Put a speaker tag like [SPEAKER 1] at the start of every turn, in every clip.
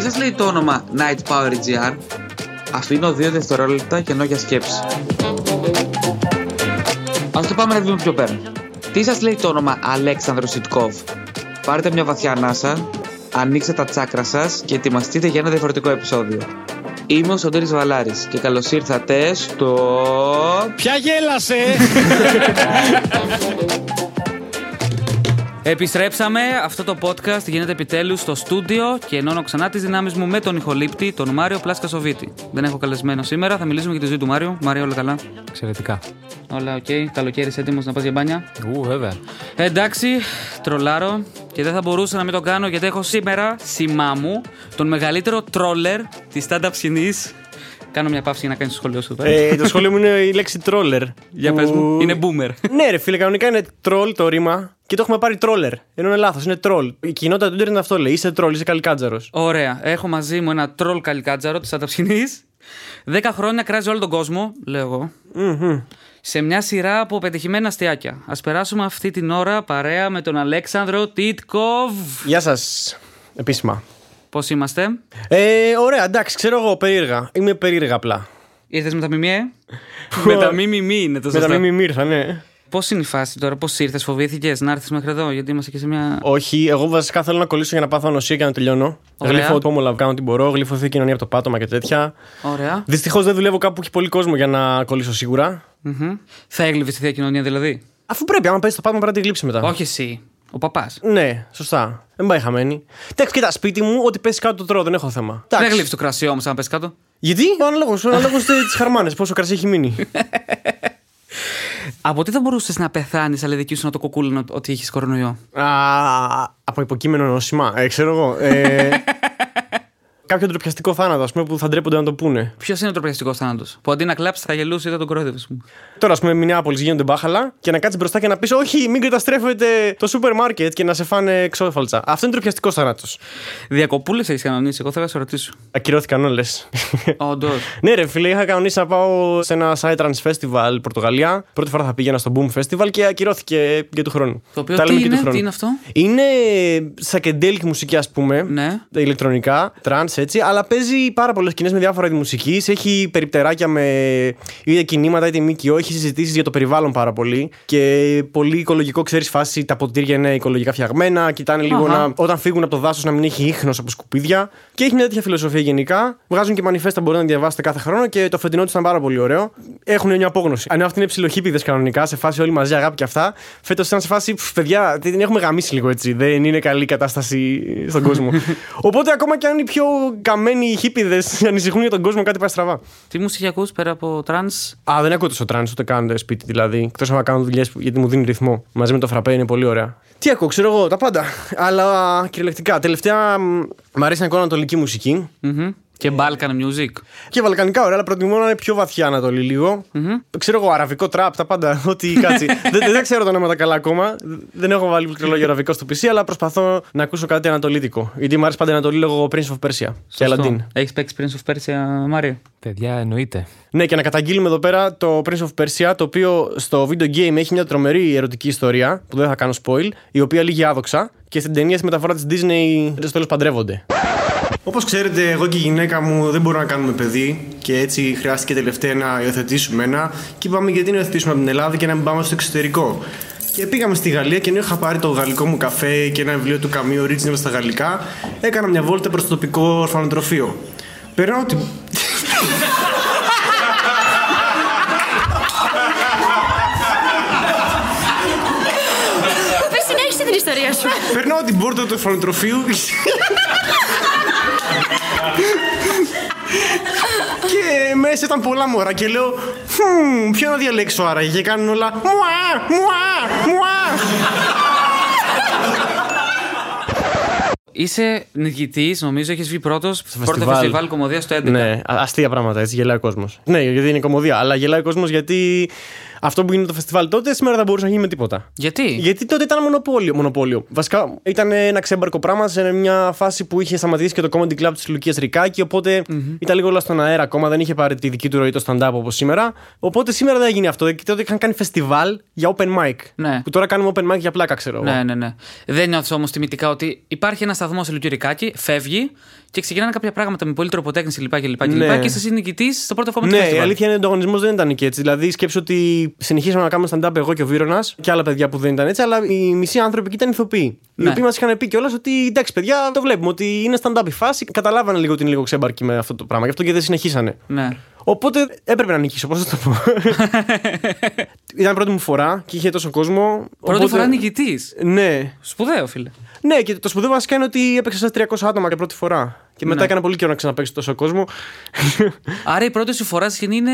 [SPEAKER 1] Σας λέει το όνομα Night Power GR. Αφήνω 2 δευτερόλεπτα κενό για σκέψη. Ας το πάμε να δούμε πιο πέρα. Τι σας λέει το όνομα Αλέξανδρος Σιτκόβ. Πάρετε μια βαθιά ανάσα, ανοίξτε τα τσάκρα σας και ετοιμαστείτε για ένα διαφορετικό επεισόδιο. Είμαι ο Σωτήρης Βαλάρης και καλώς ήρθατε στο...
[SPEAKER 2] Ποια γέλασε!
[SPEAKER 3] Επιστρέψαμε. Αυτό το podcast γίνεται επιτέλους στο στούντιο και ενώνω ξανά τις δυνάμεις μου με τον ηχολήπτη, τον Μάριο Πλάσκα Σοβίτη. Δεν έχω καλεσμένο σήμερα, θα μιλήσουμε για τη ζωή του Μάριου. Μάριο, όλα καλά.
[SPEAKER 2] Εξαιρετικά.
[SPEAKER 3] Όλα οκ. Καλοκαίρις έτοιμος να πας για μπάνια.
[SPEAKER 2] Ου, βέβαια.
[SPEAKER 3] Ε, εντάξει, τρολάρω και δεν θα μπορούσα να μην το κάνω γιατί έχω σήμερα σήμα μου τον μεγαλύτερο τρόλερ της stand-up σκηνή. Κάνω μια παύση για να κάνεις το σχολείο σου. Ε,
[SPEAKER 4] Ε, το σχόλιο μου είναι η λέξη τρόλερ.
[SPEAKER 3] για πες μου. Είναι boomer.
[SPEAKER 4] Ναι, ρε φίλε, κανονικά είναι τρόλ το ρήμα και το έχουμε πάρει τρόλερ. Ενώ είναι λάθος, είναι τρόλ. Η κοινότητα του Ιντερνετ αυτό λέει. Είσαι τρόλ, είσαι καλικάτζαρος.
[SPEAKER 3] Ωραία. Έχω μαζί μου ένα τρόλ καλικάτζαρο της Ανταψινής. Δέκα χρόνια κράζει όλο τον κόσμο, λέω εγώ, Σε μια σειρά από πετυχημένα αστιάκια. Ας περάσουμε αυτή την ώρα παρέα με τον Αλέξανδρο Τίτκοβ.
[SPEAKER 4] Γεια σας. Επίσημα.
[SPEAKER 3] Πώς είμαστε,
[SPEAKER 4] Ε, ωραία, εντάξει, ξέρω εγώ περίεργα. Είμαι περίεργα απλά.
[SPEAKER 3] Ήρθες με τα μιμιέ. με τα μιμιμή είναι το
[SPEAKER 4] Με τα μη
[SPEAKER 3] σωστό.
[SPEAKER 4] μη ήρθα, ναι.
[SPEAKER 3] Πώς είναι η φάση τώρα, πώς ήρθες, φοβήθηκες να έρθεις μέχρι εδώ, γιατί είμαστε και σε μια.
[SPEAKER 4] Όχι, εγώ βασικά θέλω να κολλήσω για να πάθω ανοσία και να τελειώνω.
[SPEAKER 3] Ωραία.
[SPEAKER 4] Γλύφω πόμολα, κάνω ό,τι μπορώ. Γλύφω θεία κοινωνία από το πάτωμα και τέτοια.
[SPEAKER 3] ωραια
[SPEAKER 4] Δυστυχώς δεν δουλεύω κάπου που έχει πολύ κόσμο για να κολλήσω σίγουρα.
[SPEAKER 3] Θα έγλειβε τη θεία κοινωνία δηλαδή.
[SPEAKER 4] Αφού πρέπει, άμα πέσει το πάτωμα πρέπει να τη γλύψεις μετά.
[SPEAKER 3] Όχι εσύ, ο παπάς.
[SPEAKER 4] Ναι, σωστά. Δεν πάει χαμένη. Εντάξει, κοίτα, σπίτι μου, ό,τι πέσει κάτω το τρώω, δεν έχω θέμα.
[SPEAKER 3] Δεν
[SPEAKER 4] Εντάξει.
[SPEAKER 3] γλύβει το κρασί όμως, αν πες κάτω.
[SPEAKER 4] Γιατί? Αναλόγω τι χαρμάνες, πόσο κρασί έχει μείνει.
[SPEAKER 3] Από τι θα μπορούσες να πεθάνεις, αλλά δική σου να το κοκούλουν ότι έχεις κορονοϊό.
[SPEAKER 4] Α, από υποκείμενο νόσημα, ε, ξέρω εγώ. Ε, κάποιο ντροπιαστικό θάνατο, ας πούμε, που θα ντρέπονται να το πούνε.
[SPEAKER 3] Ποιος είναι ο τροπιαστικός θάνατος, που αντί να κλάψει θα γελούσε ή θα τον κορόιδευε. ας πούμε.
[SPEAKER 4] Τώρα, ας πούμε, Μινιάπολη γίνονται μπάχαλα και να κάτσει μπροστά και να πεις: Όχι, μην καταστρέφεται το σούπερ μάρκετ και να σε φάνε ξόφαλτσα. Αυτό είναι ντροπιαστικό θάνατος.
[SPEAKER 3] Διακοπούλες έχεις κανονίσει, εγώ θέλω να σε ρωτήσω.
[SPEAKER 4] Ακυρώθηκαν όλες.
[SPEAKER 3] Όντως.
[SPEAKER 4] Ναι, ρε φίλε, είχα κανονίσει να πάω σε ένα Psytrance Festival Πορτογαλία. Πρώτη φορά θα πήγαινα στο Boom Festival και ακυρώθηκε για του χρόνου.
[SPEAKER 3] Το οποίο
[SPEAKER 4] Τα
[SPEAKER 3] τι
[SPEAKER 4] λέμε και του
[SPEAKER 3] είναι,
[SPEAKER 4] χρόνου.
[SPEAKER 3] τι είναι αυτό.
[SPEAKER 4] Είναι σακεντέλικη μουσική, ας πούμε.
[SPEAKER 3] Ναι.
[SPEAKER 4] Τα ηλεκτρονικά, τρανς έτσι, αλλά παίζει πάρα πολλές σκηνές με διάφορα είδη μουσικής. Έχει περιπτεράκια με είτε κινήματα είτε ΜΚΟ. Έχει συζητήσεις για το περιβάλλον πάρα πολύ. Και πολύ οικολογικό, ξέρεις, φάση τα ποτήρια είναι οικολογικά φτιαγμένα. Κοιτάνε λίγο
[SPEAKER 3] Αχα.
[SPEAKER 4] να, όταν φύγουν από το δάσος να μην έχει ίχνος από σκουπίδια. Και έχει μια τέτοια φιλοσοφία γενικά. Βγάζουν και μανιφέστα μπορείτε να διαβάσετε κάθε χρόνο και το φετινό τους ήταν πάρα πολύ ωραίο. Έχουν μια απόγνωση. Αν αυτή είναι ψιλοχύπηδε κανονικά, σε φάση όλοι μαζί αγάπη και αυτά, φέτος ήταν σε φάση «Πφ, παιδιά, την έχουμε γαμίσει λίγο έτσι. Δεν είναι καλή η κατάσταση στον κόσμο. Οπότε ακόμα και αν οι πιο καμένοι χύπηδε ανησυχούν για τον κόσμο, κάτι πάει στραβά.
[SPEAKER 3] Τι μουσική ακούς πέρα από τρανς
[SPEAKER 4] Α, δεν ακούω τόσο τράνς ούτε καν σπίτι δηλαδή. Εκτός αν κάνω δουλειές γιατί μου δίνει ρυθμό. Μαζί με το φραπέ είναι πολύ ωραία. Τι ακούω, ξέρω εγώ, τα πάντα. Αλλά κυριολεκτικά. Τελευταία μ, μ' αρέσει να ακούω ανατολική μουσική.
[SPEAKER 3] Μμμ. και Balkan music.
[SPEAKER 4] Ε, Και βαλκανικά ωραία, αλλά προτιμώ να είναι πιο βαθιά Ανατολή λίγο. Ξέρω εγώ, αραβικό τραπ, τα πάντα. Ό,τι κάτσει. δεν, δεν ξέρω τα ονόματα καλά ακόμα. Δεν έχω βάλει πληκτρολόγιο αραβικό στο PC, αλλά προσπαθώ να ακούσω κάτι ανατολίτικο. Γιατί μου αρέσει πάντα η Ανατολή λόγω Prince of Persia και Aladdin.
[SPEAKER 3] Έχεις παίξει Prince of Persia, Μάριο.
[SPEAKER 2] Παιδιά, εννοείται.
[SPEAKER 4] Ναι, και να καταγγείλουμε εδώ πέρα το Prince of Persia, το οποίο στο video game έχει μια τρομερή ερωτική ιστορία, που δεν θα κάνω spoil, η οποία λίγη άδοξα και στην ταινία στη μεταφορά της Disney στο τέλο παντρεύονται. Όπως ξέρετε, εγώ και η γυναίκα μου δεν μπορούμε να κάνουμε παιδί και έτσι χρειάστηκε τελευταία να υιοθετήσουμε ένα. Και είπαμε γιατί να υιοθετήσουμε από την Ελλάδα και να μην πάμε στο εξωτερικό. Και πήγαμε στη Γαλλία και ενώ είχα πάρει το γαλλικό μου καφέ και ένα βιβλίο του Καμίου Original στα γαλλικά, έκανα μια βόλτα προς το τοπικό ορφανοτροφείο. Περνάω την
[SPEAKER 5] Πες συνέχισε την ιστορία σου.
[SPEAKER 4] Περνάω την πόρτα του εφαλοτροφείου και μέσα ήταν πολλά μωρά και λέω «Χμ, ποιο να διαλέξω άραγε και κάνουν όλα μουά, μουά, μουά.
[SPEAKER 3] Είσαι νικητής, νομίζω, έχεις βγει πρώτος. Πρώτο
[SPEAKER 4] φεστιβάλ.
[SPEAKER 3] φεστιβάλ κομμωδίας στο 11.
[SPEAKER 4] Ναι, α- αστεία πράγματα έτσι, γελάει ο κόσμος. Ναι, γιατί είναι κομμωδία, αλλά γελάει ο κόσμος γιατί αυτό που γίνει το φεστιβάλ τότε σήμερα δεν μπορούσε να γίνει με τίποτα.
[SPEAKER 3] Γιατί?
[SPEAKER 4] Γιατί τότε ήταν μονοπόλιο. μονοπόλιο. Βασικά ήταν ένα ξέμπαρκο πράγμα σε μια φάση που είχε σταματήσει και το comedy club της Λουκίας Ρικάκη. οπότε ήταν λίγο όλα στον αέρα ακόμα, δεν είχε πάρει τη δική του ροή το stand-up όπως σήμερα. Οπότε σήμερα δεν έγινε αυτό. Και τότε είχαν κάνει φεστιβάλ για open mic.
[SPEAKER 3] Ναι.
[SPEAKER 4] Που τώρα κάνουμε open mic για πλάκα, ξέρω εγώ.
[SPEAKER 3] Ναι, ναι, ναι. Δεν νιώθω όμως τιμητικά ότι υπάρχει ένα σταθμό σε Λουκυρικάκι, φεύγει και ξεκινάνε κάποια πράγματα με πολύ τροποτέχνηση κλπ. Και, λοιπά και,
[SPEAKER 4] Ναι.
[SPEAKER 3] λοιπά, και είσαι νικητή στο πρώτο κόμμα του
[SPEAKER 4] Ναι, η
[SPEAKER 3] festival.
[SPEAKER 4] αλήθεια είναι ότι ο ανταγωνισμός δεν ήταν και έτσι. Δηλαδή, σκέψω ότι συνεχίσαμε να κάνουμε stand-up εγώ και ο Βίρονας και άλλα παιδιά που δεν ήταν έτσι, αλλά οι μισοί άνθρωποι εκεί ήταν ηθοποιοί. Οι
[SPEAKER 3] Ναι.
[SPEAKER 4] οποίοι μας είχαν πει κιόλας ότι εντάξει, παιδιά, το βλέπουμε ότι είναι stand-up η φάση. Καταλάβανε λίγο ότι είναι λίγο ξέμπαρκοι με αυτό το πράγμα. Γι' αυτό και δεν συνεχίσανε.
[SPEAKER 3] Ναι.
[SPEAKER 4] Οπότε έπρεπε να νικήσω, πώς θα το πω. ήταν πρώτη μου φορά και είχε τόσο κόσμο.
[SPEAKER 3] Πρώτη
[SPEAKER 4] οπότε-
[SPEAKER 3] φορά νικητής.
[SPEAKER 4] Ναι.
[SPEAKER 3] Σπουδαίο, φίλε.
[SPEAKER 4] Ναι, και το σπουδαίο βασικά είναι ότι έπαιξα σε 300 άτομα για πρώτη φορά. Και μετά
[SPEAKER 3] Ναι.
[SPEAKER 4] έκανα πολύ καιρό να ξαναπέξω τόσο κόσμο.
[SPEAKER 3] Άρα η πρώτη σου φορά σκηνή είναι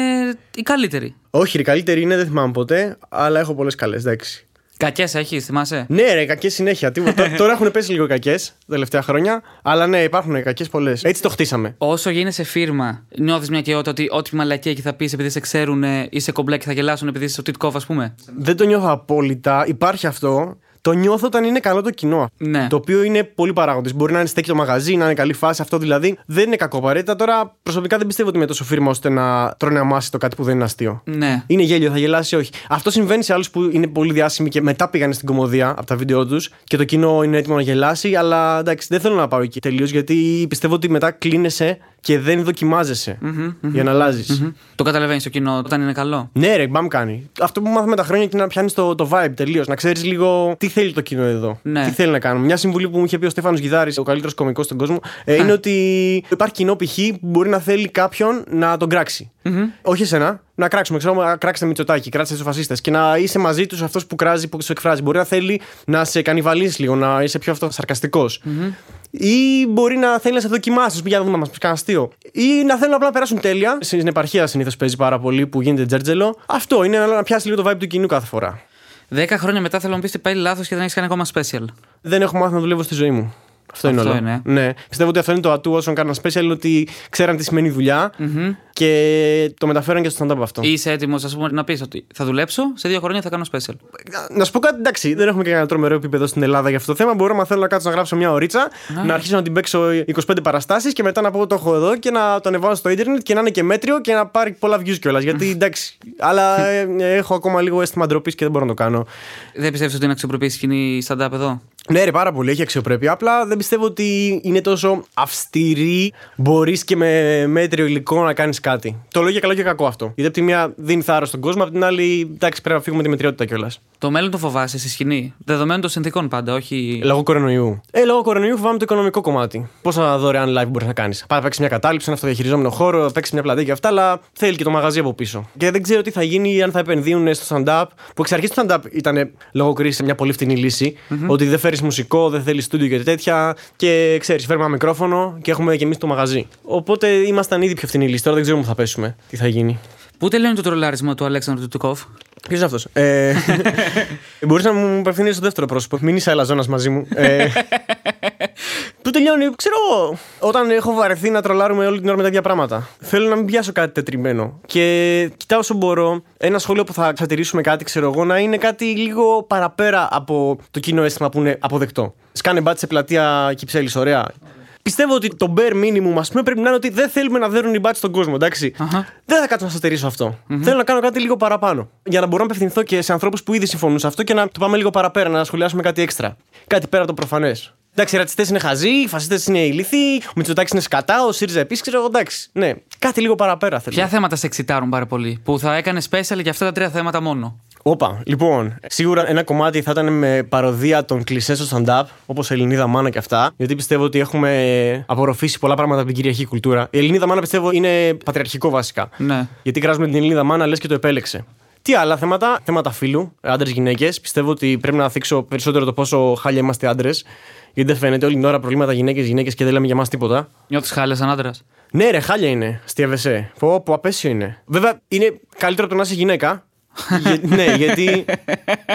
[SPEAKER 3] η καλύτερη.
[SPEAKER 4] Όχι, ρε, καλύτερη είναι, δεν θυμάμαι ποτέ, αλλά έχω πολλές καλές, εντάξει.
[SPEAKER 3] Κακές έχεις, θυμάσαι.
[SPEAKER 4] Ναι, ρε, κακές συνέχεια. Τίποτα. Τώρα έχουν πέσει λίγο κακές τα τελευταία χρόνια. Αλλά ναι, υπάρχουν κακές πολλές. Έτσι το χτίσαμε.
[SPEAKER 3] Όσο γίνεσαι φίρμα, νιώθεις μια κοιότητα ότι ό,τι μαλακία και θα πεις επειδή σε ξέρουν, είσαι κομπλέ και θα γελάσουν επειδή είσαι στο τίτκοφ, ας πούμε.
[SPEAKER 4] Δεν το νιώθω απόλυτα. Υπάρχει αυτό. Το νιώθω όταν είναι καλό το κοινό.
[SPEAKER 3] Ναι.
[SPEAKER 4] Το οποίο είναι πολύ παράγοντες. Μπορεί να είναι στέκει το μαγαζί, να είναι καλή φάση. Αυτό δηλαδή δεν είναι κακό απαραίτητα. Τώρα προσωπικά δεν πιστεύω ότι είμαι τόσο φίρμα ώστε να τρώνε αμάση το κάτι που δεν είναι αστείο.
[SPEAKER 3] Ναι.
[SPEAKER 4] Είναι γέλιο, θα γελάσει, όχι. Αυτό συμβαίνει σε άλλους που είναι πολύ διάσημοι και μετά πήγανε στην κομμωδία από τα βίντεο τους και το κοινό είναι έτοιμο να γελάσει, αλλά εντάξει, δεν θέλω να πάω εκεί τελείως γιατί πιστεύω ότι μετά κλείνεσαι και δεν δοκιμάζεσαι για να αλλαζει
[SPEAKER 3] Το καταλαβαίνεις το κοινό όταν είναι καλό.
[SPEAKER 4] Ναι, ρε, μπαμ κάνει. Αυτό που μάθαμε τα χρόνια είναι να πιάνεις το, το vibe τελείως. Να ξέρεις λίγο τι θέλει το κοινό εδώ.
[SPEAKER 3] Ναι.
[SPEAKER 4] Τι θέλει να κάνουμε. Μια συμβουλή που μου είχε πει ο Στέφανος Γιδάρης, ο καλύτερος κωμικός στον κόσμο, ε, είναι ότι υπάρχει κοινό π.χ. που μπορεί να θέλει κάποιον να τον κράξει. Όχι εσένα, να κράξουμε. Ξέρω, να κράξετε Μητσοτάκη, κράξτε τους φασίστες. Και να είσαι μαζί τους αυτός που κράζει, που σου εκφράζει. Μπορεί να θέλει να σε κανιβαλίσει λίγο, να είσαι πιο αυτό σαρκαστικος Ή μπορεί να θέλει να σε δοκιμάσεις, για να δούμε, να μας πει κανένα αστείο. Ή να θέλουν απλά να περάσουν τέλεια. Στην επαρχία συνήθως παίζει πάρα πολύ που γίνεται τζέρτζελο. Αυτό είναι να πιάσει λίγο το vibe του κοινού κάθε φορά.
[SPEAKER 3] Δέκα χρόνια μετά θέλω να μου πεις τι πάει λάθος και δεν έχεις κάνει ακόμα special.
[SPEAKER 4] Δεν έχω μάθει να δουλεύω στη ζωή μου. Αυτό,
[SPEAKER 3] Αυτό
[SPEAKER 4] είναι όλο.
[SPEAKER 3] είναι.
[SPEAKER 4] Ναι. Πιστεύω ότι αυτό είναι το ατού όσων κάναν special, ότι ξέραν τι σημαίνει δουλειά και το μεταφέραν και στο stand-up αυτό.
[SPEAKER 3] Είσαι έτοιμος, ας πούμε, να πεις ότι θα δουλέψω, σε δύο χρόνια θα κάνω special.
[SPEAKER 4] Να σου πω κάτι, εντάξει, δεν έχουμε και κανένα τρομερό επίπεδο στην Ελλάδα για αυτό το θέμα. Μπορώ, να θέλω να κάτσω να γράψω μια ωρίτσα, να αρχίσω να την παίξω 25 παραστάσεις και μετά να πω το έχω εδώ και να το ανεβάσω στο Ιντερνετ και να είναι και μέτριο και να πάρει πολλά views κιόλας. Γιατί εντάξει, αλλά ε, ε, έχω ακόμα λίγο αίσθημα ντροπής και δεν μπορώ να το κάνω.
[SPEAKER 3] Δεν πιστεύεις ότι είναι αξιοπρεπή η σκηνή stand-up εδώ.
[SPEAKER 4] Ναι, ρε, πάρα πολύ, έχει αξιοπρέπεια. Απλά δεν πιστεύω ότι είναι τόσο αυστηρή. Μπορείς και με μέτριο υλικό να κάνεις κάτι. Το λέω για καλό και κακό αυτό. Γιατί από τη μία δίνει θάρρος στον κόσμο, από την άλλη, εντάξει, πρέπει να φύγουμε τη μετριότητα κιόλας.
[SPEAKER 3] Το μέλλον το φοβάσαι στη σκηνή. Δεδομένων των συνθήκων πάντα, όχι.
[SPEAKER 4] Λόγω κορονοϊού. Ε, λόγω κορονοϊού φοβάμαι το οικονομικό κομμάτι. Πόσα δωρεάν live μπορείς να κάνεις. Πάει να παίξει μια κατάληψη, ένα αυτοδιαχειριζόμενο χώρο, παίξει μια πλατεία και αυτά, αλλά θέλει και το μαγαζί από πίσω. Και δεν ξέρω τι θα γίνει αν θα επενδύουν στο stand-up. Που εξ αρχής το stand-up ήταν λόγω κρίσης μια πολύ φτηνή λύση, Ότι δεν φέρεις μουσικό, δεν θέλεις στούντιο και τέτοια. Και ξέρεις, φέρουμε ένα μικρόφωνο και έχουμε και εμείς το μαγαζί. Οπότε ήμασταν ήδη πιο φτηνή λύση. Τώρα δεν ξέρουμε που θα πέσουμε. Τι θα γίνει.
[SPEAKER 3] Πού τελειώνει το τρολάρισμα του Αλέξανδρου Τουτουκόφ.
[SPEAKER 4] Ποιος είναι αυτός. Ε, Μπορείς να μου απευθύνεις στο δεύτερο πρόσωπο. Μην είσαι αλαζόνα μαζί μου. Ε, Πού τελειώνει, ξέρω εγώ. Όταν έχω βαρεθεί να τρολάρουμε όλη την ώρα με τα ίδια πράγματα. Θέλω να μην πιάσω κάτι τετριμένο. Και κοιτάω όσο μπορώ ένα σχόλιο που θα ξατηρήσουμε κάτι, ξέρω εγώ, να είναι κάτι λίγο παραπέρα από το κοινό αίσθημα που είναι αποδεκτό. Σκάνε μπάτι σε πλατεία Κυψέλης, ωραία. Πιστεύω ότι το bare minimum, ας πούμε, πρέπει να είναι ότι δεν θέλουμε να δέρουν οι μπάτι στον κόσμο, εντάξει.
[SPEAKER 3] Αχα.
[SPEAKER 4] Δεν θα κάτσω να σωτερήσω αυτό. Θέλω να κάνω κάτι λίγο παραπάνω. Για να μπορώ να απευθυνθώ και σε ανθρώπους που ήδη συμφωνούν σε αυτό και να το πάμε λίγο παραπέρα, να σχολιάσουμε κάτι έξτρα. Κάτι πέρα από το προφανές. Εντάξει, οι ρατσιστές είναι χαζοί, οι φασίστε είναι ηλίθιοι, ο Μητσοτάκης είναι σκατά, ο ΣΥΡΙΖΑ επίσης, ξέρω εγώ, εντάξει. Ναι, κάτι λίγο παραπέρα θέλω.
[SPEAKER 3] Ποια θέματα σε εξητάρουν πάρα πολύ, που θα έκανε special για αυτά τα τρία θέματα μόνο.
[SPEAKER 4] Όπα, λοιπόν, σίγουρα ένα κομμάτι θα ήταν με παροδία των κλισέ στο stand-up, όπως Ελληνίδα Μάνα και αυτά, γιατί πιστεύω ότι έχουμε απορροφήσει πολλά πράγματα από την κυριακή κουλτούρα. Η Ελληνίδα Μάνα πιστεύω είναι πατριαρχικό βασικά.
[SPEAKER 3] Ναι.
[SPEAKER 4] Γιατί κράζουμε την Ελληνίδα Μάνα, λες και το επέλεξε. Τι άλλα θέματα, θέματα φίλου, άντρε-γυναίκε. Πιστεύω ότι πρέπει να θίξω περισσότερο το πόσο χάλια είμαστε άντρες. Γιατί δεν φαίνεται όλη την ώρα προβλήματα γυναίκε-γυναίκε και δεν λέμε για μας τίποτα.
[SPEAKER 3] Νιώθεις χάλια σαν άντρας.
[SPEAKER 4] Ναι, ρε, χάλια είναι. Στιαβεσέ. Πω, πω, απέσιο είναι. Βέβαια, είναι καλύτερο από το να είσαι γυναίκα. Γε- ναι, γιατί.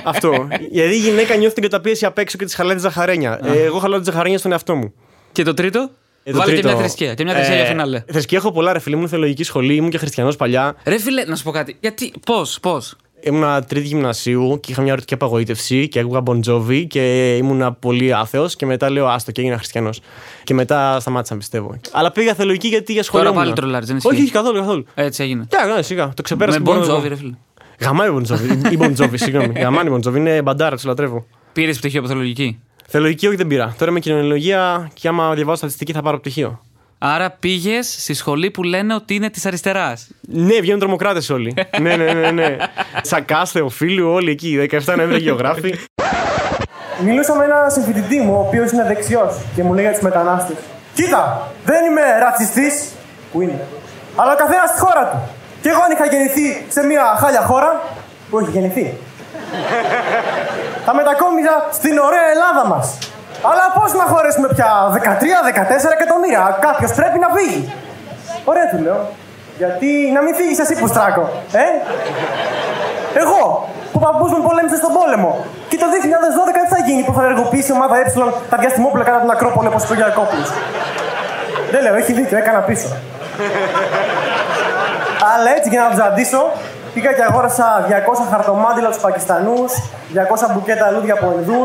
[SPEAKER 4] αυτό. Γιατί η γυναίκα νιώθει την καταπίεση απ' έξω και της χαλάει τη ζαχαρένια. Ε, εγώ χαλάω τη ζαχαρένια στον εαυτό μου.
[SPEAKER 3] Και το τρίτο. Ε.
[SPEAKER 4] Ε, το
[SPEAKER 3] βάλε και
[SPEAKER 4] τρίτο-
[SPEAKER 3] μια θρησκεία. Και μια θρησκεία για φινάλε.
[SPEAKER 4] Θρησκεία έχω πολλά, ρε φίλε μου. Ήμουν θεολογική σχολή, ήμουν και χριστιανός παλιά.
[SPEAKER 3] Ρε φίλε, να σου πω κάτι. Γιατί, πώς, πώς.
[SPEAKER 4] Ήμουνα τρίτη γυμνασίου και είχα μια ερωτική απαγοήτευση και άκουγα Μποντζόβι και ήμουνα πολύ άθεος. Και μετά λέω Άστο και έγινα χριστιανός. Και μετά σταμάτησα να πιστεύω. Αλλά πήγα θεολογική γιατί για σχολείο.
[SPEAKER 3] πάλι τρολάρεις, δεν ισχύει.
[SPEAKER 4] Όχι, όχι, καθόλου, καθόλου.
[SPEAKER 3] Έτσι έγινε.
[SPEAKER 4] Ναι, ναι, σιγά. Το ξεπέρασα.
[SPEAKER 3] Με
[SPEAKER 4] μπορώ να
[SPEAKER 3] Bon
[SPEAKER 4] το πω.
[SPEAKER 3] Jovi, ρε φίλε.
[SPEAKER 4] Γαμάει ο Μποντζόβι. Ή Μποντζόβι, συγγνώμη. Γαμάνι Μποντζόβι, είναι μπαντάρα, του λατρεύω.
[SPEAKER 3] Πήρες πτυχίο από θεολογική.
[SPEAKER 4] Θεολογική, όχι, δεν πήρα. Τώρα με κοινωνιολογία και άμα διαβάσω στατιστική θα πάρω πτυχίο.
[SPEAKER 3] Άρα πήγες στη σχολή που λένε ότι είναι της αριστεράς.
[SPEAKER 4] Ναι, βγαίνουν τρομοκράτες όλοι. ναι, ναι, ναι. ναι. Σακά, Θεοφίλου, όλοι εκεί. 17 Νοέμβρη γεωγράφοι.
[SPEAKER 5] Μιλούσα με έναν συμφοιτητή μου, ο οποίος είναι δεξιός και μου λέει για τους μετανάστες. Κοίτα, δεν είμαι ρατσιστής, που είναι. Αλλά ο καθένας στη χώρα του. Και εγώ αν είχα γεννηθεί σε μια χάλια χώρα, που έχει γεννηθεί, θα μετακόμιζα στην ωραία Ελλάδα μας. Αλλά πώς να χωρέσουμε πια 13-14 εκατομμύρια. Κάποιος πρέπει να φύγει. Ωραία του λέω. Γιατί να μην φύγεις εσύ που στράκω, ε? Εγώ, που ο παππούς μου πολέμησε στον πόλεμο. Και το 2012 τι θα γίνει που θα ενεργοποιήσει η ομάδα Ε τα διαστημόπλα κατά την Ακρόπολη όπως ο Γιακόπουλος. Δεν λέω, έχει δίκιο, έκανα πίσω. Αλλά έτσι για να του αντίσω, πήγα και αγόρασα 200 χαρτομάτιλα τους Πακιστανούς, 200 μπουκέτα λούδια από Ινδούς.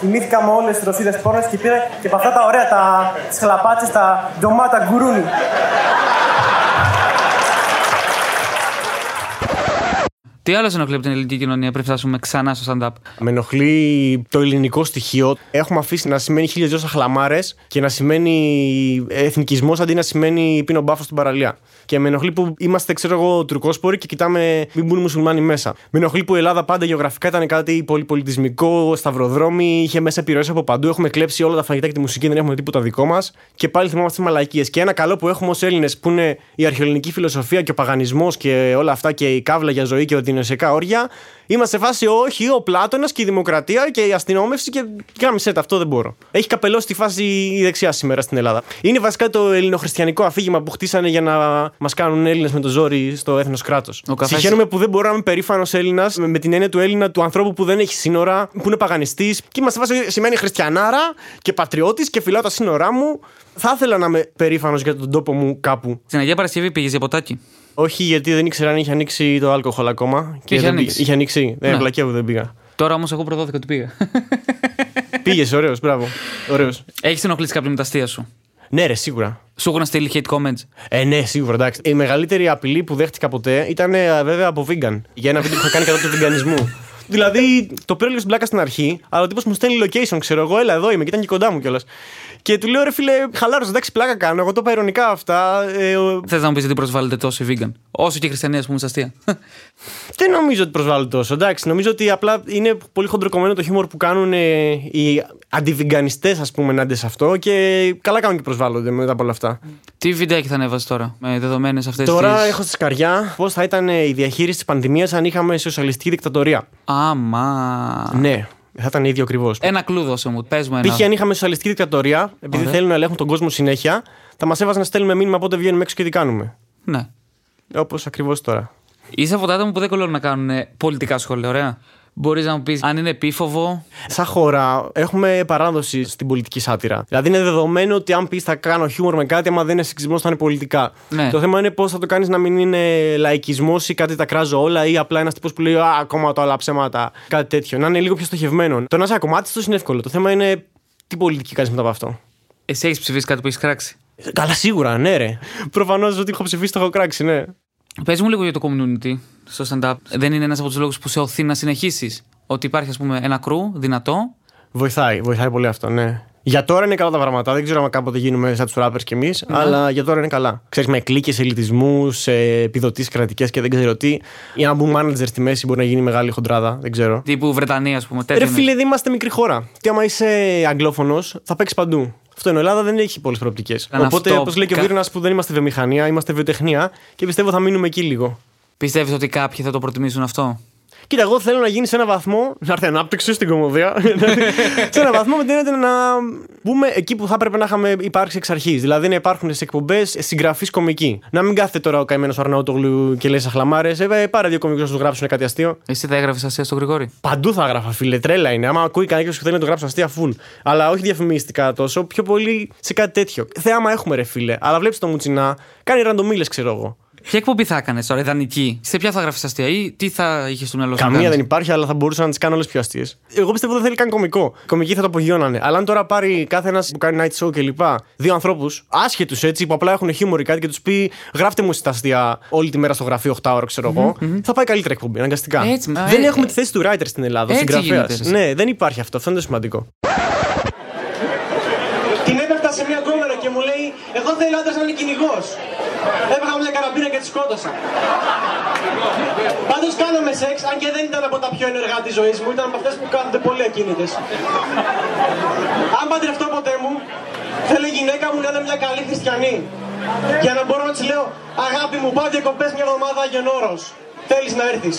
[SPEAKER 5] Κοιμήθηκα με όλες τις ρωσίδες πόρνες και πήρα και από αυτά τα ωραία, τα, τις χλαπάτσες, τα ντομάτα γκουρούνι.
[SPEAKER 3] Τι άλλο σε ενοχλεί από την ελληνική κοινωνία πριν φτάσουμε ξανά στο stand-up.
[SPEAKER 4] Με ενοχλεί το ελληνικό στοιχείο. Έχουμε αφήσει να σημαίνει χίλιες δυο χλαμάρε και να σημαίνει εθνικισμός αντί να σημαίνει πίνω μπάφο στην παραλία. Και με ενοχλεί που είμαστε, ξέρω εγώ, τουρκόσποροι και κοιτάμε μην μπουν μουσουλμάνοι μέσα. Με ενοχλεί που η Ελλάδα πάντα γεωγραφικά ήταν κάτι πολυπολιτισμικό, σταυροδρόμι, είχε μέσα επιρροές από παντού. Έχουμε κλέψει όλα τα φαγητά και τη μουσική, δεν έχουμε τίποτα δικό μας. Και πάλι θυμάμαστε μαλακίες. Και ένα καλό που έχουμε ως Έλληνες που είναι η αρχαιολινική φιλοσοφία και ο παγανισμός και όλα αυτά και η καύλα για ζωή και ο δινοσιακά όρια. Είμαστε σε φάση όχι, ο Πλάτονα και η δημοκρατία και η αστυνόμευση και κάμισε τα, αυτό δεν μπορώ. Έχει καπελώσει τη φάση η δεξιά σήμερα στην Ελλάδα. Είναι βασικά το ελληνοχριστιανικό αφήγημα που χτίσανε για να μας κάνουν Έλληνες με το ζόρι στο έθνος κράτος.
[SPEAKER 3] Ο καφές-
[SPEAKER 4] Συγχαίρομαι που δεν μπορώ να είμαι περήφανος Έλληνας με την έννοια του Έλληνα του ανθρώπου που δεν έχει σύνορα, που είναι παγανιστής. Και είμαστε σε φάση σημαίνει χριστιανάρα και πατριώτης και φυλάω τα σύνορά μου. Θα ήθελα να είμαι περήφανος για τον τόπο μου κάπου.
[SPEAKER 3] Στην Αγία Παρασκευή πήγες για ποτάκι.
[SPEAKER 4] Όχι, γιατί δεν ήξερα αν είχε ανοίξει το αλκοόλ ακόμα. Και
[SPEAKER 3] Είχε
[SPEAKER 4] δεν
[SPEAKER 3] ανοίξει.
[SPEAKER 4] πήγε- Είχε ανοίξει. Ε,
[SPEAKER 3] Ναι.
[SPEAKER 4] βλακεύω, δεν πήγα.
[SPEAKER 3] Τώρα όμως εγώ προδόθηκα ότι πήγα.
[SPEAKER 4] Πήγες, ωραίος, μπράβο. Ωραίος.
[SPEAKER 3] Έχεις ενοχλήσει κάποιον με τα αστεία σου.
[SPEAKER 4] Ναι, ρε, σίγουρα.
[SPEAKER 3] Σου έχουν στείλει hate comments.
[SPEAKER 4] Ε, ναι, σίγουρα, εντάξει. Η μεγαλύτερη απειλή που δέχτηκα ποτέ ήταν ε, βέβαια από vegan. Για ένα βίντεο που είχα κάνει κατά του βιγκανισμού. Δηλαδή, το πήρα λίγο στην πλάκα στην αρχή, αλλά ο τύπος μου στέλνει location, ξέρω εγώ, έλα εδώ είμαι και ήταν και κοντά μου κιόλας. Και του λέω, ρε φίλε, χαλάρωσε, εντάξει, πλάκα κάνω. Εγώ το είπα ειρωνικά αυτά. Ε, ο-
[SPEAKER 3] Θες να μου πεις γιατί προσβάλλετε τόσο οι vegan. Όσο και οι χριστιανοί, ας πούμε, στα αστεία.
[SPEAKER 4] δεν νομίζω ότι προσβάλλω τόσο, εντάξει. Νομίζω ότι απλά είναι πολύ χοντροκομμένο το χιούμορ που κάνουν ε, οι αντιβιγκανιστές, ας πούμε, ενάντια σε αυτό και καλά κάνουν και προσβάλλονται μετά από όλα αυτά.
[SPEAKER 3] Τι βιντεάκι θα ανέβασε τώρα με δεδομένες αυτές τι.
[SPEAKER 4] Τώρα έχω στη σκαριά πώς θα ήταν ε, η διαχείριση της πανδημίας αν είχαμε σοσιαλιστική δικτατορία.
[SPEAKER 3] Άμα.
[SPEAKER 4] Ναι, θα ήταν ίδιο ακριβώς.
[SPEAKER 3] Ένα κλου δώσε μου, πες μου ένα.
[SPEAKER 4] Π.χ. αν είχαμε σοσιαλιστική δικτατορία, επειδή
[SPEAKER 3] Ωραία.
[SPEAKER 4] θέλουν να ελέγχουν τον κόσμο συνέχεια, θα μας έβαζαν να στέλνουμε μήνυμα πότε βγαίνουμε έξω και τι κάνουμε.
[SPEAKER 3] Ναι.
[SPEAKER 4] Όπως ακριβώς τώρα.
[SPEAKER 3] Είσαι από τα άτομα που δεν κολλώνουν να κάνουν ε, πολιτικά σχόλια, ωραία. Μπορείς να μου πεις αν είναι επίφοβο.
[SPEAKER 4] Σαν χώρα, έχουμε παράδοση στην πολιτική σάτυρα. Δηλαδή, είναι δεδομένο ότι αν πεις θα κάνω χιούμορ με κάτι, άμα δεν είναι σεξισμός, θα είναι πολιτικά.
[SPEAKER 3] Ναι.
[SPEAKER 4] Το θέμα είναι πώς θα το κάνεις να μην είναι λαϊκισμός ή κάτι τα κράζω όλα, ή απλά ένας τύπος που λέει Α, ακόμα το άλλα ψέματα. Κάτι τέτοιο. Να είναι λίγο πιο στοχευμένο. Το να είσαι ακομμάτι του είναι εύκολο. Το θέμα είναι τι πολιτική κάνεις μετά από αυτό.
[SPEAKER 3] Εσύ έχεις ψηφίσει κάτι που έχεις κράξει.
[SPEAKER 4] Ε, Καλά, σίγουρα, ναι, ρε. Προφανώς ότι έχω ψηφίσει, το έχω κράξει, ναι.
[SPEAKER 3] Πες μου λίγο για το community στο stand-up. Δεν είναι ένας από τους λόγους που σε οθεί να συνεχίσεις. Ότι υπάρχει, ας πούμε, ένα κρού δυνατό.
[SPEAKER 4] Βοηθάει, βοηθάει πολύ αυτό, ναι. Για τώρα είναι καλά τα πράγματα. Δεν ξέρω αν κάποτε γίνουμε σαν τους ράπερ κι εμείς, αλλά για τώρα είναι καλά. Ξέρεις, με κλίκες, ελιτισμούς, επιδοτήσεις κρατικές και δεν ξέρω τι. Ή αν μπουν manager στη μέση μπορεί να γίνει μεγάλη χοντράδα, δεν ξέρω.
[SPEAKER 3] Τύπου Βρετανία, ας πούμε.
[SPEAKER 4] Ρε
[SPEAKER 3] Τέτοιο.
[SPEAKER 4] φίλε, δεν είμαστε μικρή χώρα. Και άμα είσαι αγγλόφωνος, θα παίξεις παντού. Αυτό είναι. Η Ελλάδα δεν έχει πολλές προοπτικές.
[SPEAKER 3] Ήταν
[SPEAKER 4] Οπότε,
[SPEAKER 3] αυτό.
[SPEAKER 4] όπως λέει και ο
[SPEAKER 3] Κα-
[SPEAKER 4] Βίρονα, που δεν είμαστε βιομηχανία, είμαστε βιοτεχνία και πιστεύω θα μείνουμε εκεί λίγο.
[SPEAKER 3] Πιστεύεις ότι κάποιοι θα το προτιμήσουν αυτό.
[SPEAKER 4] Κοίτα, εγώ θέλω να γίνει σε ένα βαθμό. Να έρθει ανάπτυξη στην κομμωδία. σε ένα βαθμό με την έννοια να μπούμε εκεί που θα έπρεπε να είχαμε υπάρξει εξ αρχής. Δηλαδή να υπάρχουν σε εκπομπές συγγραφείς κομικοί. Να μην κάθεται τώρα ο καημένος Αρναούτογλου και λέει αχλαμάρε. Ε, πάρε δύο κομικούς να τους γράψουν κάτι αστείο.
[SPEAKER 3] Εσύ θα έγραφες αστεία στον Γρηγόρη.
[SPEAKER 4] Παντού θα γράφα, φίλε. Τρέλα είναι. Άμα ακούει κανένα και θέλει να το γράψει αστεία, φουλ. Αλλά όχι διαφημιστικά τόσο, πιο πολύ σε κάτι τέτοιο. Θέαμα έχουμε, ρε φίλε. Αλλά βλέπεις το μουτσινά, κάνει ραντομίλε, ξέρω εγώ.
[SPEAKER 3] Ποια εκπομπή θα έκανες τώρα, ιδανική. Σε ποια θα γράφεις αστεία ή τι θα είχες στο μυαλό σου. να
[SPEAKER 4] Καμία
[SPEAKER 3] κάνεις?
[SPEAKER 4] δεν υπάρχει, αλλά θα μπορούσαν να τις κάνω όλες πιο αστείες. Εγώ πιστεύω δεν θέλει καν κωμικό. Κομικοί θα το απογειώνανε. Αλλά αν τώρα πάρει κάθε ένας που κάνει night show κλπ. Δύο ανθρώπους, άσχετους έτσι, που απλά έχουν χιούμορ ή κάτι και τους πει Γράφτε μου στα αστεία όλη τη μέρα στο γραφείο 8 ώρα, ξέρω εγώ. Θα πάει καλύτερα εκπομπή, αναγκαστικά.
[SPEAKER 3] Έτσι, μα,
[SPEAKER 4] δεν
[SPEAKER 3] ε,
[SPEAKER 4] έχουμε
[SPEAKER 3] ε,
[SPEAKER 4] τη θέση του writer στην Ελλάδα,
[SPEAKER 3] έτσι
[SPEAKER 4] συγγραφέας.
[SPEAKER 3] γίνεται.
[SPEAKER 4] Ναι, δεν υπάρχει αυτό. Αυτό είναι το σημαντικό.
[SPEAKER 6] Την έπεφτα σε μια κόμερα και μου λέει Εγώ θέλω άντρας να είναι κυνηγός. Έβγαλα μια καραμπίνα και τη σκότωσα. Πάντως κάναμε σεξ, αν και δεν ήταν από τα πιο ενεργά της ζωής μου, ήταν από αυτές που κάνονται πολύ ακίνητες. Αν παντρευτώ ποτέ μου, θέλω η γυναίκα μου να είναι μια καλή χριστιανή. Για να μπορώ να της λέω Αγάπη μου, πάω διακοπέ μια εβδομάδα Άγιον Όρος. Θέλεις να έρθεις.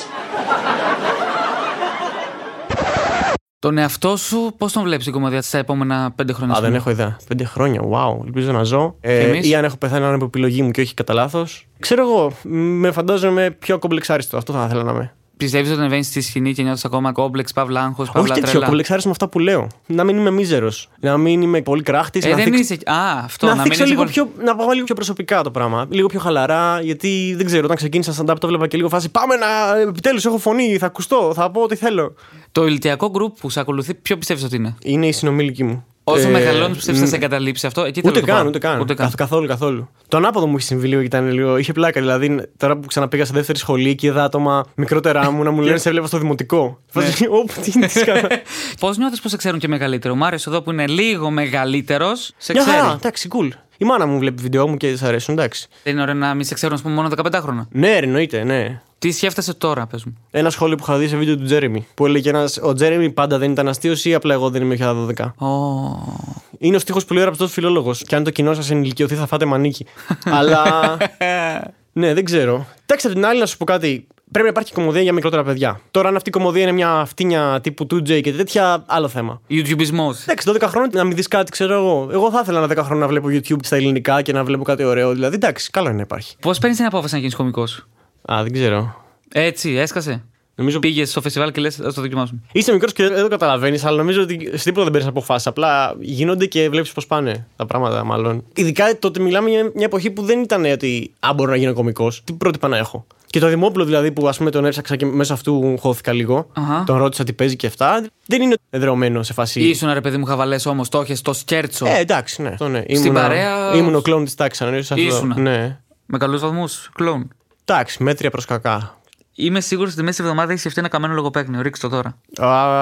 [SPEAKER 3] Τον εαυτό σου, πώς τον βλέπεις την κομμωδία στα επόμενα πέντε χρόνια.
[SPEAKER 4] Α,
[SPEAKER 3] ας
[SPEAKER 4] δεν
[SPEAKER 3] πούμε?
[SPEAKER 4] έχω ιδέα. Πέντε χρόνια. Wow. Ελπίζω να ζω. Ε,
[SPEAKER 3] εμείς?
[SPEAKER 4] ή αν έχω πεθάνει να είναι από επιλογή μου και όχι κατά λάθος. Ξέρω εγώ. Με φαντάζομαι πιο κομπλεξάριστο. Αυτό θα ήθελα να είμαι.
[SPEAKER 3] Πιστεύεις ότι ανεβαίνεις στη σκηνή και νιώθεις ακόμα κόμπλεξ, παύλα άγχο, παύλα
[SPEAKER 4] όχι τέτοιο
[SPEAKER 3] τρέλα.
[SPEAKER 4] κομπλεξάριστο με αυτά που λέω. Να μην είμαι μίζερος. Να μην είμαι πολύ κράχτης.
[SPEAKER 3] Ε,
[SPEAKER 4] να
[SPEAKER 3] δεν
[SPEAKER 4] θίξ-
[SPEAKER 3] είσαι. Α, αυτό.
[SPEAKER 4] να,
[SPEAKER 3] μην
[SPEAKER 4] θίξω
[SPEAKER 3] είσαι
[SPEAKER 4] λίγο
[SPEAKER 3] πολύ-
[SPEAKER 4] πιο, να πάω λίγο πιο προσωπικά το πράγμα. Λίγο πιο χαλαρά, γιατί δεν ξέρω, όταν ξεκίνησα stand-up το βλέπα και λίγο φάση. Πάμε να. Επιτέλους έχω φωνή, θα ακουστώ, θα πω ό,τι θέλω.
[SPEAKER 3] Το ηλικιακό γκρουπ που σε ακολουθεί, ποιο πιστεύεις ότι είναι.
[SPEAKER 4] Είναι η συνομήλικη μου.
[SPEAKER 3] Όσο
[SPEAKER 4] Ε,
[SPEAKER 3] μεγαλώνεις, πιστεύεις θα σε εγκαταλείψει αυτό. Εκεί
[SPEAKER 4] Ούτε
[SPEAKER 3] θέλω να το
[SPEAKER 4] καν,
[SPEAKER 3] πάω.
[SPEAKER 4] ούτε καν.
[SPEAKER 3] Ούτε καν.
[SPEAKER 4] Καθ- Καθόλου, καθόλου. Το ανάποδο μου είχε συμβεί λίγο και ήταν λίγο. Είχε πλάκα. Δηλαδή, τώρα που ξαναπήγα σε δεύτερη σχολή και είδα άτομα μικρότερά μου να μου λένε Σε βλέπα στο δημοτικό.
[SPEAKER 3] Ναι.
[SPEAKER 4] Φάση, Όπου τι είναι, τι σκάτα».
[SPEAKER 3] Πώς νιώθεις πως σε ξέρουν και μεγαλύτερο. Ο Μάριο εδώ που είναι λίγο μεγαλύτερος, σε
[SPEAKER 4] Μια χαρά,
[SPEAKER 3] ξέρει.
[SPEAKER 4] εντάξει, cool. Η μάνα μου βλέπει βίντεο μου και της αρέσουν, εντάξει.
[SPEAKER 3] Δεν είναι ωραίο να μην σε ξέρουν, ας πούμε, μόνο 15 χρόνια.
[SPEAKER 4] Ναι, ρε, εννοείται, ναι.
[SPEAKER 3] Τι σκέφτεσαι τώρα, πες μου.
[SPEAKER 4] Ένα σχόλιο που είχα δει σε βίντεο του Τζέρεμι. Που έλεγε ένας: Ο Τζέρεμι πάντα δεν ήταν αστείος ή απλά εγώ δεν είμαι πια 12.
[SPEAKER 3] Ω,
[SPEAKER 4] Είναι ο στίχος που λέει ο ραπτό φιλόλογος. Και αν το κοινό σας ενηλικιωθεί, θα φάτε μανίκι. Αλλά. ναι, δεν ξέρω. Εντάξει, απ' την άλλη, να σου πω κάτι. Πρέπει να υπάρχει κομμωδία για μικρότερα παιδιά. Τώρα, αν αυτή η κομμωδία είναι μια αυτίνια τύπου 2J και τέτοια, άλλο θέμα.
[SPEAKER 3] Ιουτζιμπισμό.
[SPEAKER 4] Εντάξει, 12 χρόνια να μην δεις κάτι, ξέρω εγώ. Εγώ θα ήθελα ένα 10 χρόνια να βλέπω YouTube στα ελληνικά και να βλέπω κάτι ωραίο. Δηλαδή, εντάξει, καλό είναι να υπάρχει.
[SPEAKER 3] Πώς παίρνεις την απόφαση να γίνεις κωμικός.
[SPEAKER 4] Α, δεν ξέρω.
[SPEAKER 3] Έτσι, έσκασε.
[SPEAKER 4] Νομίζω
[SPEAKER 3] Πήγες στο φεστιβάλ και λες, ας το δοκιμάσουμε.
[SPEAKER 4] Είσαι μικρός και δεν το καταλαβαίνεις, αλλά νομίζω ότι σε τίποτα δεν παίρνεις αποφάσεις. Απλά γίνονται και βλέπεις πώς πάνε τα πράγματα, μάλλον. Ειδικά τότε μιλάμε για μια εποχή που δεν ήταν ότι αν μπορώ να γίνω κωμικός, τι πρότυπα να έχω. Και το Δημόπουλο δηλαδή που ας πούμε τον έψαξα και μέσα αυτού χώθηκα λίγο,
[SPEAKER 3] Αχα.
[SPEAKER 4] τον ρώτησα τι παίζει και αυτά, δεν είναι εδρεωμένος σε φάση.
[SPEAKER 3] Ήσουν ρε παιδί μου χαβαλέ όμως, το είχε στο σκέρτσο.
[SPEAKER 4] Ε, εντάξει, ναι. Αυτό, ναι.
[SPEAKER 3] παρέα-
[SPEAKER 4] Ήμουν ο κλόν της τάξης, αν ήσουν αυτό.
[SPEAKER 3] Ήσουνα.
[SPEAKER 4] Ναι.
[SPEAKER 3] Με καλούς βαθμούς, κλόν.
[SPEAKER 4] Εντάξει, μέτρια προς κακά. Είναι
[SPEAKER 3] Είμαι σίγουρος ότι μέσα στη εβδομάδα έχει σκεφτεί ένα καμένο λογοπαίγνιο. Ρίξτε το τώρα.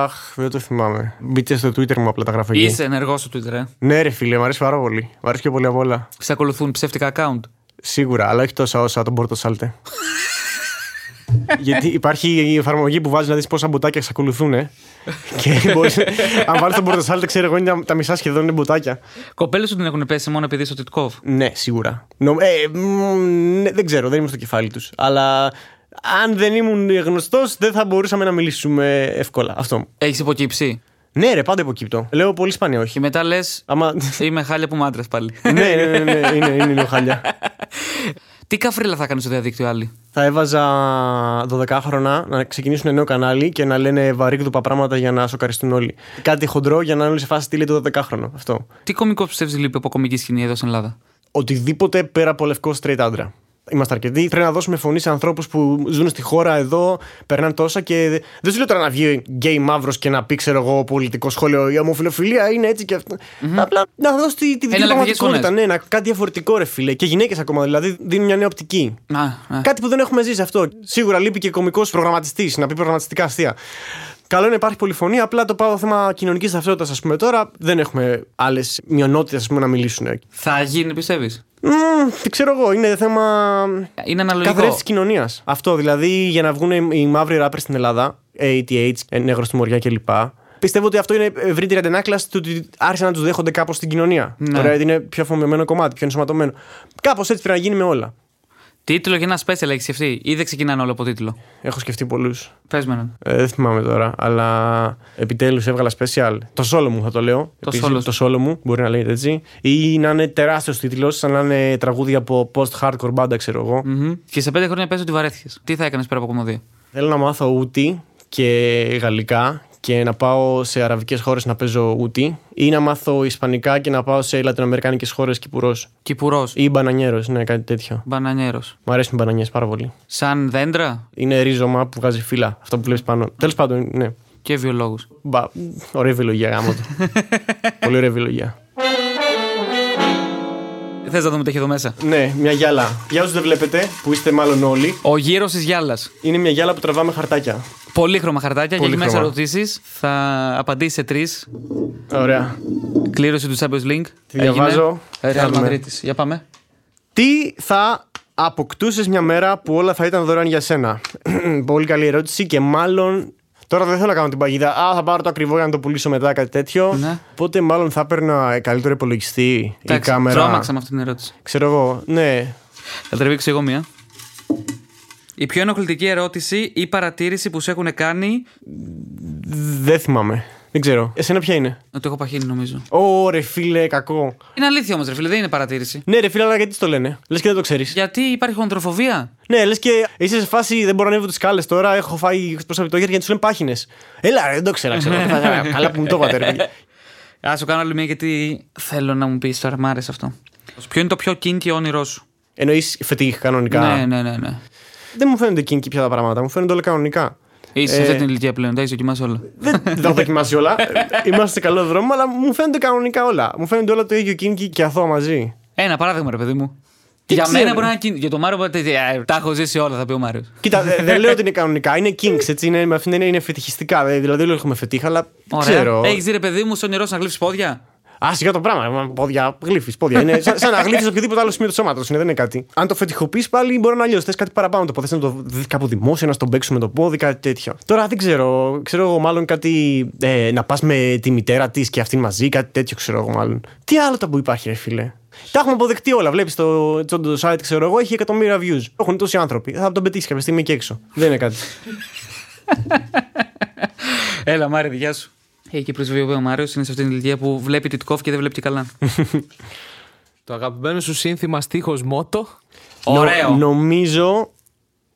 [SPEAKER 4] Αχ, δεν το θυμάμαι. Μπείτε στο Twitter μου απλά τα γράφω εκεί.
[SPEAKER 3] Είσαι ενεργός στο Twitter, ε.
[SPEAKER 4] Ναι, ρε φίλε, μου αρέσει πάρα πολύ. Μ' αρέσει πιο πολύ απ' όλα.
[SPEAKER 3] Σε ακολουθούν ψεύτικα account.
[SPEAKER 4] Σίγουρα, αλλά όχι τόσα όσα τον Πόρτο Σάλτε. Γιατί υπάρχει η εφαρμογή που βάζει να δεις πόσα μποτάκια σε ακολουθούν. ε. και μπορείς, αν βάλεις τον Πόρτο Σάλτε, ξέρω εγώ, είναι τα, τα μισά σχεδόν είναι μποτάκια.
[SPEAKER 3] Κοπέλες σου την έχουν πέσει μόνο επειδή είσαι ο Τιτκόβ.
[SPEAKER 4] Ναι, σίγουρα. Νο, ε, μ, ναι, δεν ξέρω, δεν ήμουν στο κεφάλι τους. Αλλά αν δεν ήμουν γνωστός, δεν θα μπορούσαμε να μιλήσουμε εύκολα. Αυτό.
[SPEAKER 3] Έχεις υποκύψει.
[SPEAKER 4] Ναι, ρε, πάντα υποκύπτω. Λέω πολύ σπάνια
[SPEAKER 3] Και
[SPEAKER 4] όχι.
[SPEAKER 3] μετά λες,
[SPEAKER 4] Άμα...
[SPEAKER 3] είμαι χάλια που είμαι άντρας πάλι.
[SPEAKER 4] ναι, ναι, ναι, ναι, είναι, είναι λίγο χάλια.
[SPEAKER 3] Τι καφρίλα θα κάνει στο διαδίκτυο άλλοι.
[SPEAKER 4] Θα έβαζα 12χρονα να ξεκινήσουν ένα νέο κανάλι και να λένε βαρύκδουπα πράγματα για να σοκαριστούν όλοι. Κάτι χοντρό για να είναι όλοι σε φάση τι λέει το 12χρονο. Αυτό.
[SPEAKER 3] Τι κωμικό πιστεύει λείπει από κομική σκηνή εδώ στην Ελλάδα.
[SPEAKER 4] Οτιδήποτε πέρα από λευκό straight άντρα. Είμαστε αρκετοί. Πρέπει να δώσουμε φωνή σε ανθρώπους που ζουν στη χώρα εδώ, περνάνε τόσα και. δε- Δεν σου λέω τώρα να βγει γκέι μαύρος και να πει, ξέρω εγώ, πολιτικό σχόλιο. Η ομοφιλοφιλία είναι έτσι και αυτό. Απλά να δώσει τη, τη δική του
[SPEAKER 3] Εναλλακτικές
[SPEAKER 4] πραγματικότητα.
[SPEAKER 3] φωνές.
[SPEAKER 4] Ναι, να, κάτι διαφορετικό, ρε φίλε. Και γυναίκες ακόμα δηλαδή δίνουν μια νέα οπτική.
[SPEAKER 3] Να, να.
[SPEAKER 4] Κάτι που δεν έχουμε ζήσει αυτό. Σίγουρα λείπει και κωμικό προγραμματιστής, να πει προγραμματιστικά αστεία. Καλό είναι να υπάρχει πολυφωνία, απλά το πάω θέμα κοινωνικής ταυτότητας, ας πούμε τώρα. Δεν έχουμε άλλες μειονότητες να μιλήσουν. Ε,
[SPEAKER 3] Θα γίνει, πιστεύεις.
[SPEAKER 4] Μμμ, δεν ξέρω εγώ, είναι θέμα
[SPEAKER 3] Είναι αναλογικό.
[SPEAKER 4] καθρέφτης τη κοινωνίας. Αυτό δηλαδή για να βγουν οι μαύροι ράπερ στην Ελλάδα, ATH, νεύρο ε, στη Μοριά κλπ. Πιστεύω ότι αυτό είναι ευρύτερη αντενάκλαση του ότι άρχισαν να τους δέχονται κάπως στην κοινωνία.
[SPEAKER 3] Ναι.
[SPEAKER 4] Ωραία, είναι πιο αφομοιωμένο κομμάτι, πιο ενσωματωμένο. Κάπως έτσι πρέπει να γίνει με όλα.
[SPEAKER 3] Τίτλο για ένα special έχεις σκεφτεί ή δεν ξεκινάνε όλο από τίτλο.
[SPEAKER 4] Έχω σκεφτεί πολλούς.
[SPEAKER 3] Πες με έναν.
[SPEAKER 4] Ε, δεν θυμάμαι τώρα, αλλά επιτέλους έβγαλα special. Το solo μου θα το λέω.
[SPEAKER 3] Το solo
[SPEAKER 4] το solo μου, μπορεί να λέγεται έτσι. Ή να είναι τεράστιος τίτλος, σαν να είναι τραγούδι από post-hardcore μπάντα, ξέρω εγώ.
[SPEAKER 3] Μμμ. Και σε πέντε χρόνια πες ότι βαρέθηκες. Τι θα έκανες πέρα από κομμωδία.
[SPEAKER 4] Θέλω να μάθω ούτι και γαλλικά και να πάω σε αραβικές χώρες να παίζω ούτι. Ή να μάθω ισπανικά και να πάω σε λατινοαμερικάνικες χώρες κυπουρός.
[SPEAKER 3] Κυπουρός.
[SPEAKER 4] Ή μπανανιέρος, ναι, κάτι τέτοιο.
[SPEAKER 3] Μπανανιέρος.
[SPEAKER 4] Μου αρέσουν οι μπανανιές πάρα πολύ.
[SPEAKER 3] Σαν δέντρα
[SPEAKER 4] Είναι ρίζωμα που βγάζει φύλλα, αυτό που βλέπεις πάνω. Τέλος πάντων, ναι.
[SPEAKER 3] και βιολόγους.
[SPEAKER 4] Μπα, ωραία επιλογή, γάμο του. Πολύ ωραία επιλογή.
[SPEAKER 3] Θες να δούμε τι έχει εδώ μέσα.
[SPEAKER 4] Ναι, μια γυάλα. Για όσους δεν βλέπετε, που είστε μάλλον όλοι,
[SPEAKER 3] Ο γύρος της γυάλας.
[SPEAKER 4] είναι μια γυάλα που τραβάμε χαρτάκια.
[SPEAKER 3] Πολύχρωμα χαρτάκια και έχει μέσα
[SPEAKER 4] Πολύχρωμα.
[SPEAKER 3] ερωτήσεις. Θα απαντήσει σε τρεις.
[SPEAKER 4] Ωραία.
[SPEAKER 3] Κλήρωση του Champions League. Τη
[SPEAKER 4] διαβάζω.
[SPEAKER 3] Ρεάλ
[SPEAKER 4] Κάνουμε.
[SPEAKER 3] Μαδρίτης. Για πάμε.
[SPEAKER 4] Τι θα αποκτούσες μια μέρα που όλα θα ήταν δωρεάν για σένα. Πολύ καλή ερώτηση και μάλλον. Τώρα δεν θέλω να κάνω την παγίδα. Α, θα πάρω το ακριβό για να το πουλήσω μετά, κάτι τέτοιο.
[SPEAKER 3] Ναι.
[SPEAKER 4] Οπότε μάλλον θα έπαιρνα καλύτερο υπολογιστή ή
[SPEAKER 3] Εντάξει,
[SPEAKER 4] κάμερα.
[SPEAKER 3] Τρόμαξα με αυτή την ερώτηση.
[SPEAKER 4] Ξέρω εγώ, ναι.
[SPEAKER 3] Θα τρεβήξω εγώ μία. Η πιο ενοχλητική ερώτηση ή παρατήρηση που σου έχουν κάνει.
[SPEAKER 4] Δεν θυμάμαι. Δεν ξέρω. Εσένα ποια είναι.
[SPEAKER 3] Να το έχω παχύνει νομίζω.
[SPEAKER 4] Ω, ρε φίλε, κακό.
[SPEAKER 3] Είναι αλήθεια όμως, ρε φίλε, δεν είναι παρατήρηση.
[SPEAKER 4] Ναι, ρε φίλε, αλλά γιατί το λένε. Λες και δεν το ξέρεις.
[SPEAKER 3] Γιατί υπάρχει χοντροφοβία.
[SPEAKER 4] Ναι, λες και είσαι σε φάση δεν μπορώ να ανέβω τις κάλε τώρα. Έχω φάει προς από το χέρι και του λένε πάχινες. Έλα, ρε, δεν το ξέρα. ξέρω. Καλά που μου το είπατε, ρε φίλε.
[SPEAKER 3] Α σου κάνω άλλη μία γιατί θέλω να μου πεις τώρα, μ' άρεσε αυτό. Ποιο είναι το πιο κίνκι όνειρό σου.
[SPEAKER 4] Εννοείς φετίχ κανονικά.
[SPEAKER 3] Ναι, ναι, ναι. ναι.
[SPEAKER 4] Δεν μου φαίνονται κίνκι πια τα πράγματα, μου φαίνονται όλα κανονικά.
[SPEAKER 3] Είσαι
[SPEAKER 4] Ε,
[SPEAKER 3] σε αυτή την ηλικία πλέον, τα έχεις δοκιμάσει όλα.
[SPEAKER 4] Δεν δεν τα έχω δοκιμάσει όλα. Ε, Είμαστε σε καλό δρόμο, αλλά μου φαίνονται κανονικά όλα. Μου φαίνονται όλα το ίδιο κίνκι και αθώα μαζί.
[SPEAKER 3] Ένα παράδειγμα, ρε παιδί μου. για
[SPEAKER 4] ξέρω.
[SPEAKER 3] μένα μπορεί να είναι κίνκι. Για τον Μάριο μπορεί να είναι τέτοια, «Ε, Τα έχω ζήσει όλα, θα πει ο Μάριος.
[SPEAKER 4] Κοίτα, δε- δεν λέω ότι είναι κανονικά, είναι kinks, έτσι. Είναι, με αυτήν την έννοια είναι φετιχιστικά. δε- Δηλαδή, δεν έχουμε φετίχα, αλλά δεν ξέρω.
[SPEAKER 3] Έχεις δει ρε παιδί μου στο νερό να γλύψει πόδια.
[SPEAKER 4] Α, σιγά το πράγμα. μα, Πόδια, γλύφεις, πόδια. Είναι σαν, σαν να γλύφεις οποιοδήποτε άλλο σημείο του σώματος. Δεν είναι κάτι. Αν το φετιχοποιείς πάλι, μπορεί να αλλιώς. Θες κάτι παραπάνω. Το ποθέ να το δεις κάπου δημόσια, να στον παίξουμε το πόδι, κάτι τέτοιο. Τώρα δεν ξέρω. Ξέρω εγώ μάλλον κάτι. Ε, να πας με τη μητέρα της και αυτήν μαζί, κάτι τέτοιο ξέρω εγώ μάλλον. Τι άλλο τα που υπάρχει, ρε φίλε. Τα έχουμε αποδεκτεί όλα. Βλέπεις το, το, το site, ξέρω εγώ, έχει εκατομμύρια views. Έχουν τόσοι άνθρωποι. Θα τον πετύχεις κάποια στιγμή και έξω. Δεν είναι κάτι.
[SPEAKER 3] Έλα, Μάριο, δικιά σου. Έχει και προσβιοποιεί ο Μάριος, είναι σε αυτή την ηλικία που βλέπει Τιτκόφ και δεν βλέπει και καλά.
[SPEAKER 2] Το αγαπημένο σου σύνθημα στίχος μότο.
[SPEAKER 3] Ωραίο.
[SPEAKER 4] Νο- νομίζω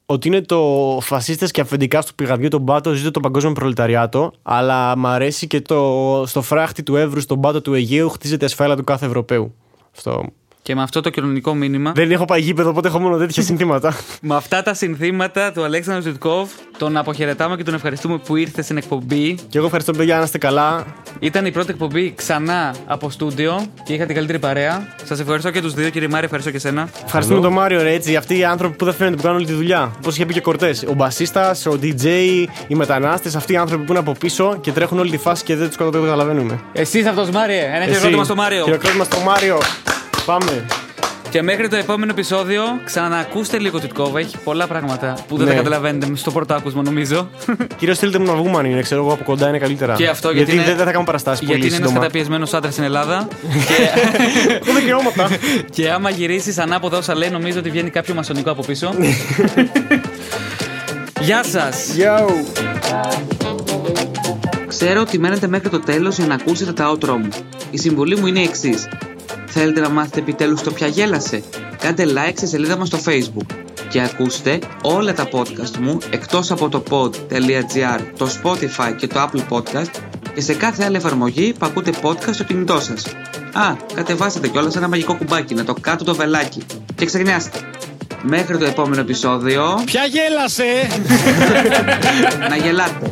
[SPEAKER 4] ότι είναι το φασίστες και αφεντικά στο πηγαδιού τον πάτο, ζήτω τον παγκόσμιο προλεταριάτο. Αλλά μ' αρέσει και το στο φράχτη του Εύρου, στον πάτο του Αιγαίου, χτίζεται η ασφάλεια του κάθε Ευρωπαίου. Αυτό.
[SPEAKER 3] Και με αυτό το κοινωνικό μήνυμα,
[SPEAKER 4] Δεν έχω πάει γήπεδο, οπότε έχω μόνο τέτοια συνθήματα.
[SPEAKER 3] με αυτά τα συνθήματα του Αλέξανδρου Τιτκόφ, τον αποχαιρετάμε και τον ευχαριστούμε που ήρθε στην εκπομπή.
[SPEAKER 4] και εγώ ευχαριστώ, παιδιά, να είστε καλά.
[SPEAKER 3] Ήταν η πρώτη εκπομπή ξανά από στούντιο και είχα την καλύτερη παρέα. Σας ευχαριστώ και τους δύο, κύριε Μάριο, ευχαριστώ και σένα.
[SPEAKER 4] Ευχαριστούμε τον Μάριο ρε, έτσι, αυτοί οι άνθρωποι που δεν φαίνονται, που κάνουν όλη τη δουλειά. Όπως είχε πει και κορτές. Ο μπασίστας, ο DJ, οι μετανάστες, αυτοί οι άνθρωποι που είναι από πίσω και τρέχουν όλη τη φάση και δεν τους καταλαβαίνουμε.
[SPEAKER 3] Εσύ αυτός, Μάριε. ε, Ένα
[SPEAKER 4] Εσύ.
[SPEAKER 3] χειροκρότημα στο Μάριο.
[SPEAKER 4] Χειροκρότημα στο Μάριο. Πάμε.
[SPEAKER 3] Και μέχρι το επόμενο επεισόδιο, ξανακούστε λίγο Τιτκόβα. Έχει πολλά πράγματα που δεν τα
[SPEAKER 4] Ναι.
[SPEAKER 3] καταλαβαίνετε στο πρώτο άκουσμα, νομίζω.
[SPEAKER 4] Κυρίω θέλετε μου να βγούμε αν είναι, ξέρω εγώ από κοντά είναι καλύτερα.
[SPEAKER 3] Και αυτό γιατί,
[SPEAKER 4] γιατί,
[SPEAKER 3] είναι-
[SPEAKER 4] δεν θα κάνω παραστάσεις
[SPEAKER 3] Γιατί
[SPEAKER 4] πολύ
[SPEAKER 3] είναι ένας
[SPEAKER 4] σύντομα.
[SPEAKER 3] καταπιεσμένος άντρας στην Ελλάδα. και...
[SPEAKER 4] Έχω δικαιώματα.
[SPEAKER 3] και άμα γυρίσεις ανάποδα όσα λέει, νομίζω ότι βγαίνει κάποιο μασονικό από πίσω. Γεια σας!
[SPEAKER 4] Yo.
[SPEAKER 1] Ξέρω ότι μένετε μέχρι το τέλος για να ακούσετε τα outro μου. Η συμβουλή μου είναι η εξής. Θέλετε να μάθετε επιτέλους το πια γέλασε. Κάντε like στη σελίδα μας στο facebook και ακούστε όλα τα podcast μου εκτός από το pod.gr, το Spotify και το Apple Podcast και σε κάθε άλλη εφαρμογή που ακούτε podcast στο κινητό σας. Α, κατεβάσατε κιόλας ένα μαγικό κουμπάκι να το κάτω το βελάκι και ξεχνιάστε. Μέχρι το επόμενο επεισόδιο
[SPEAKER 2] Πια γέλασε!
[SPEAKER 1] να γελάτε.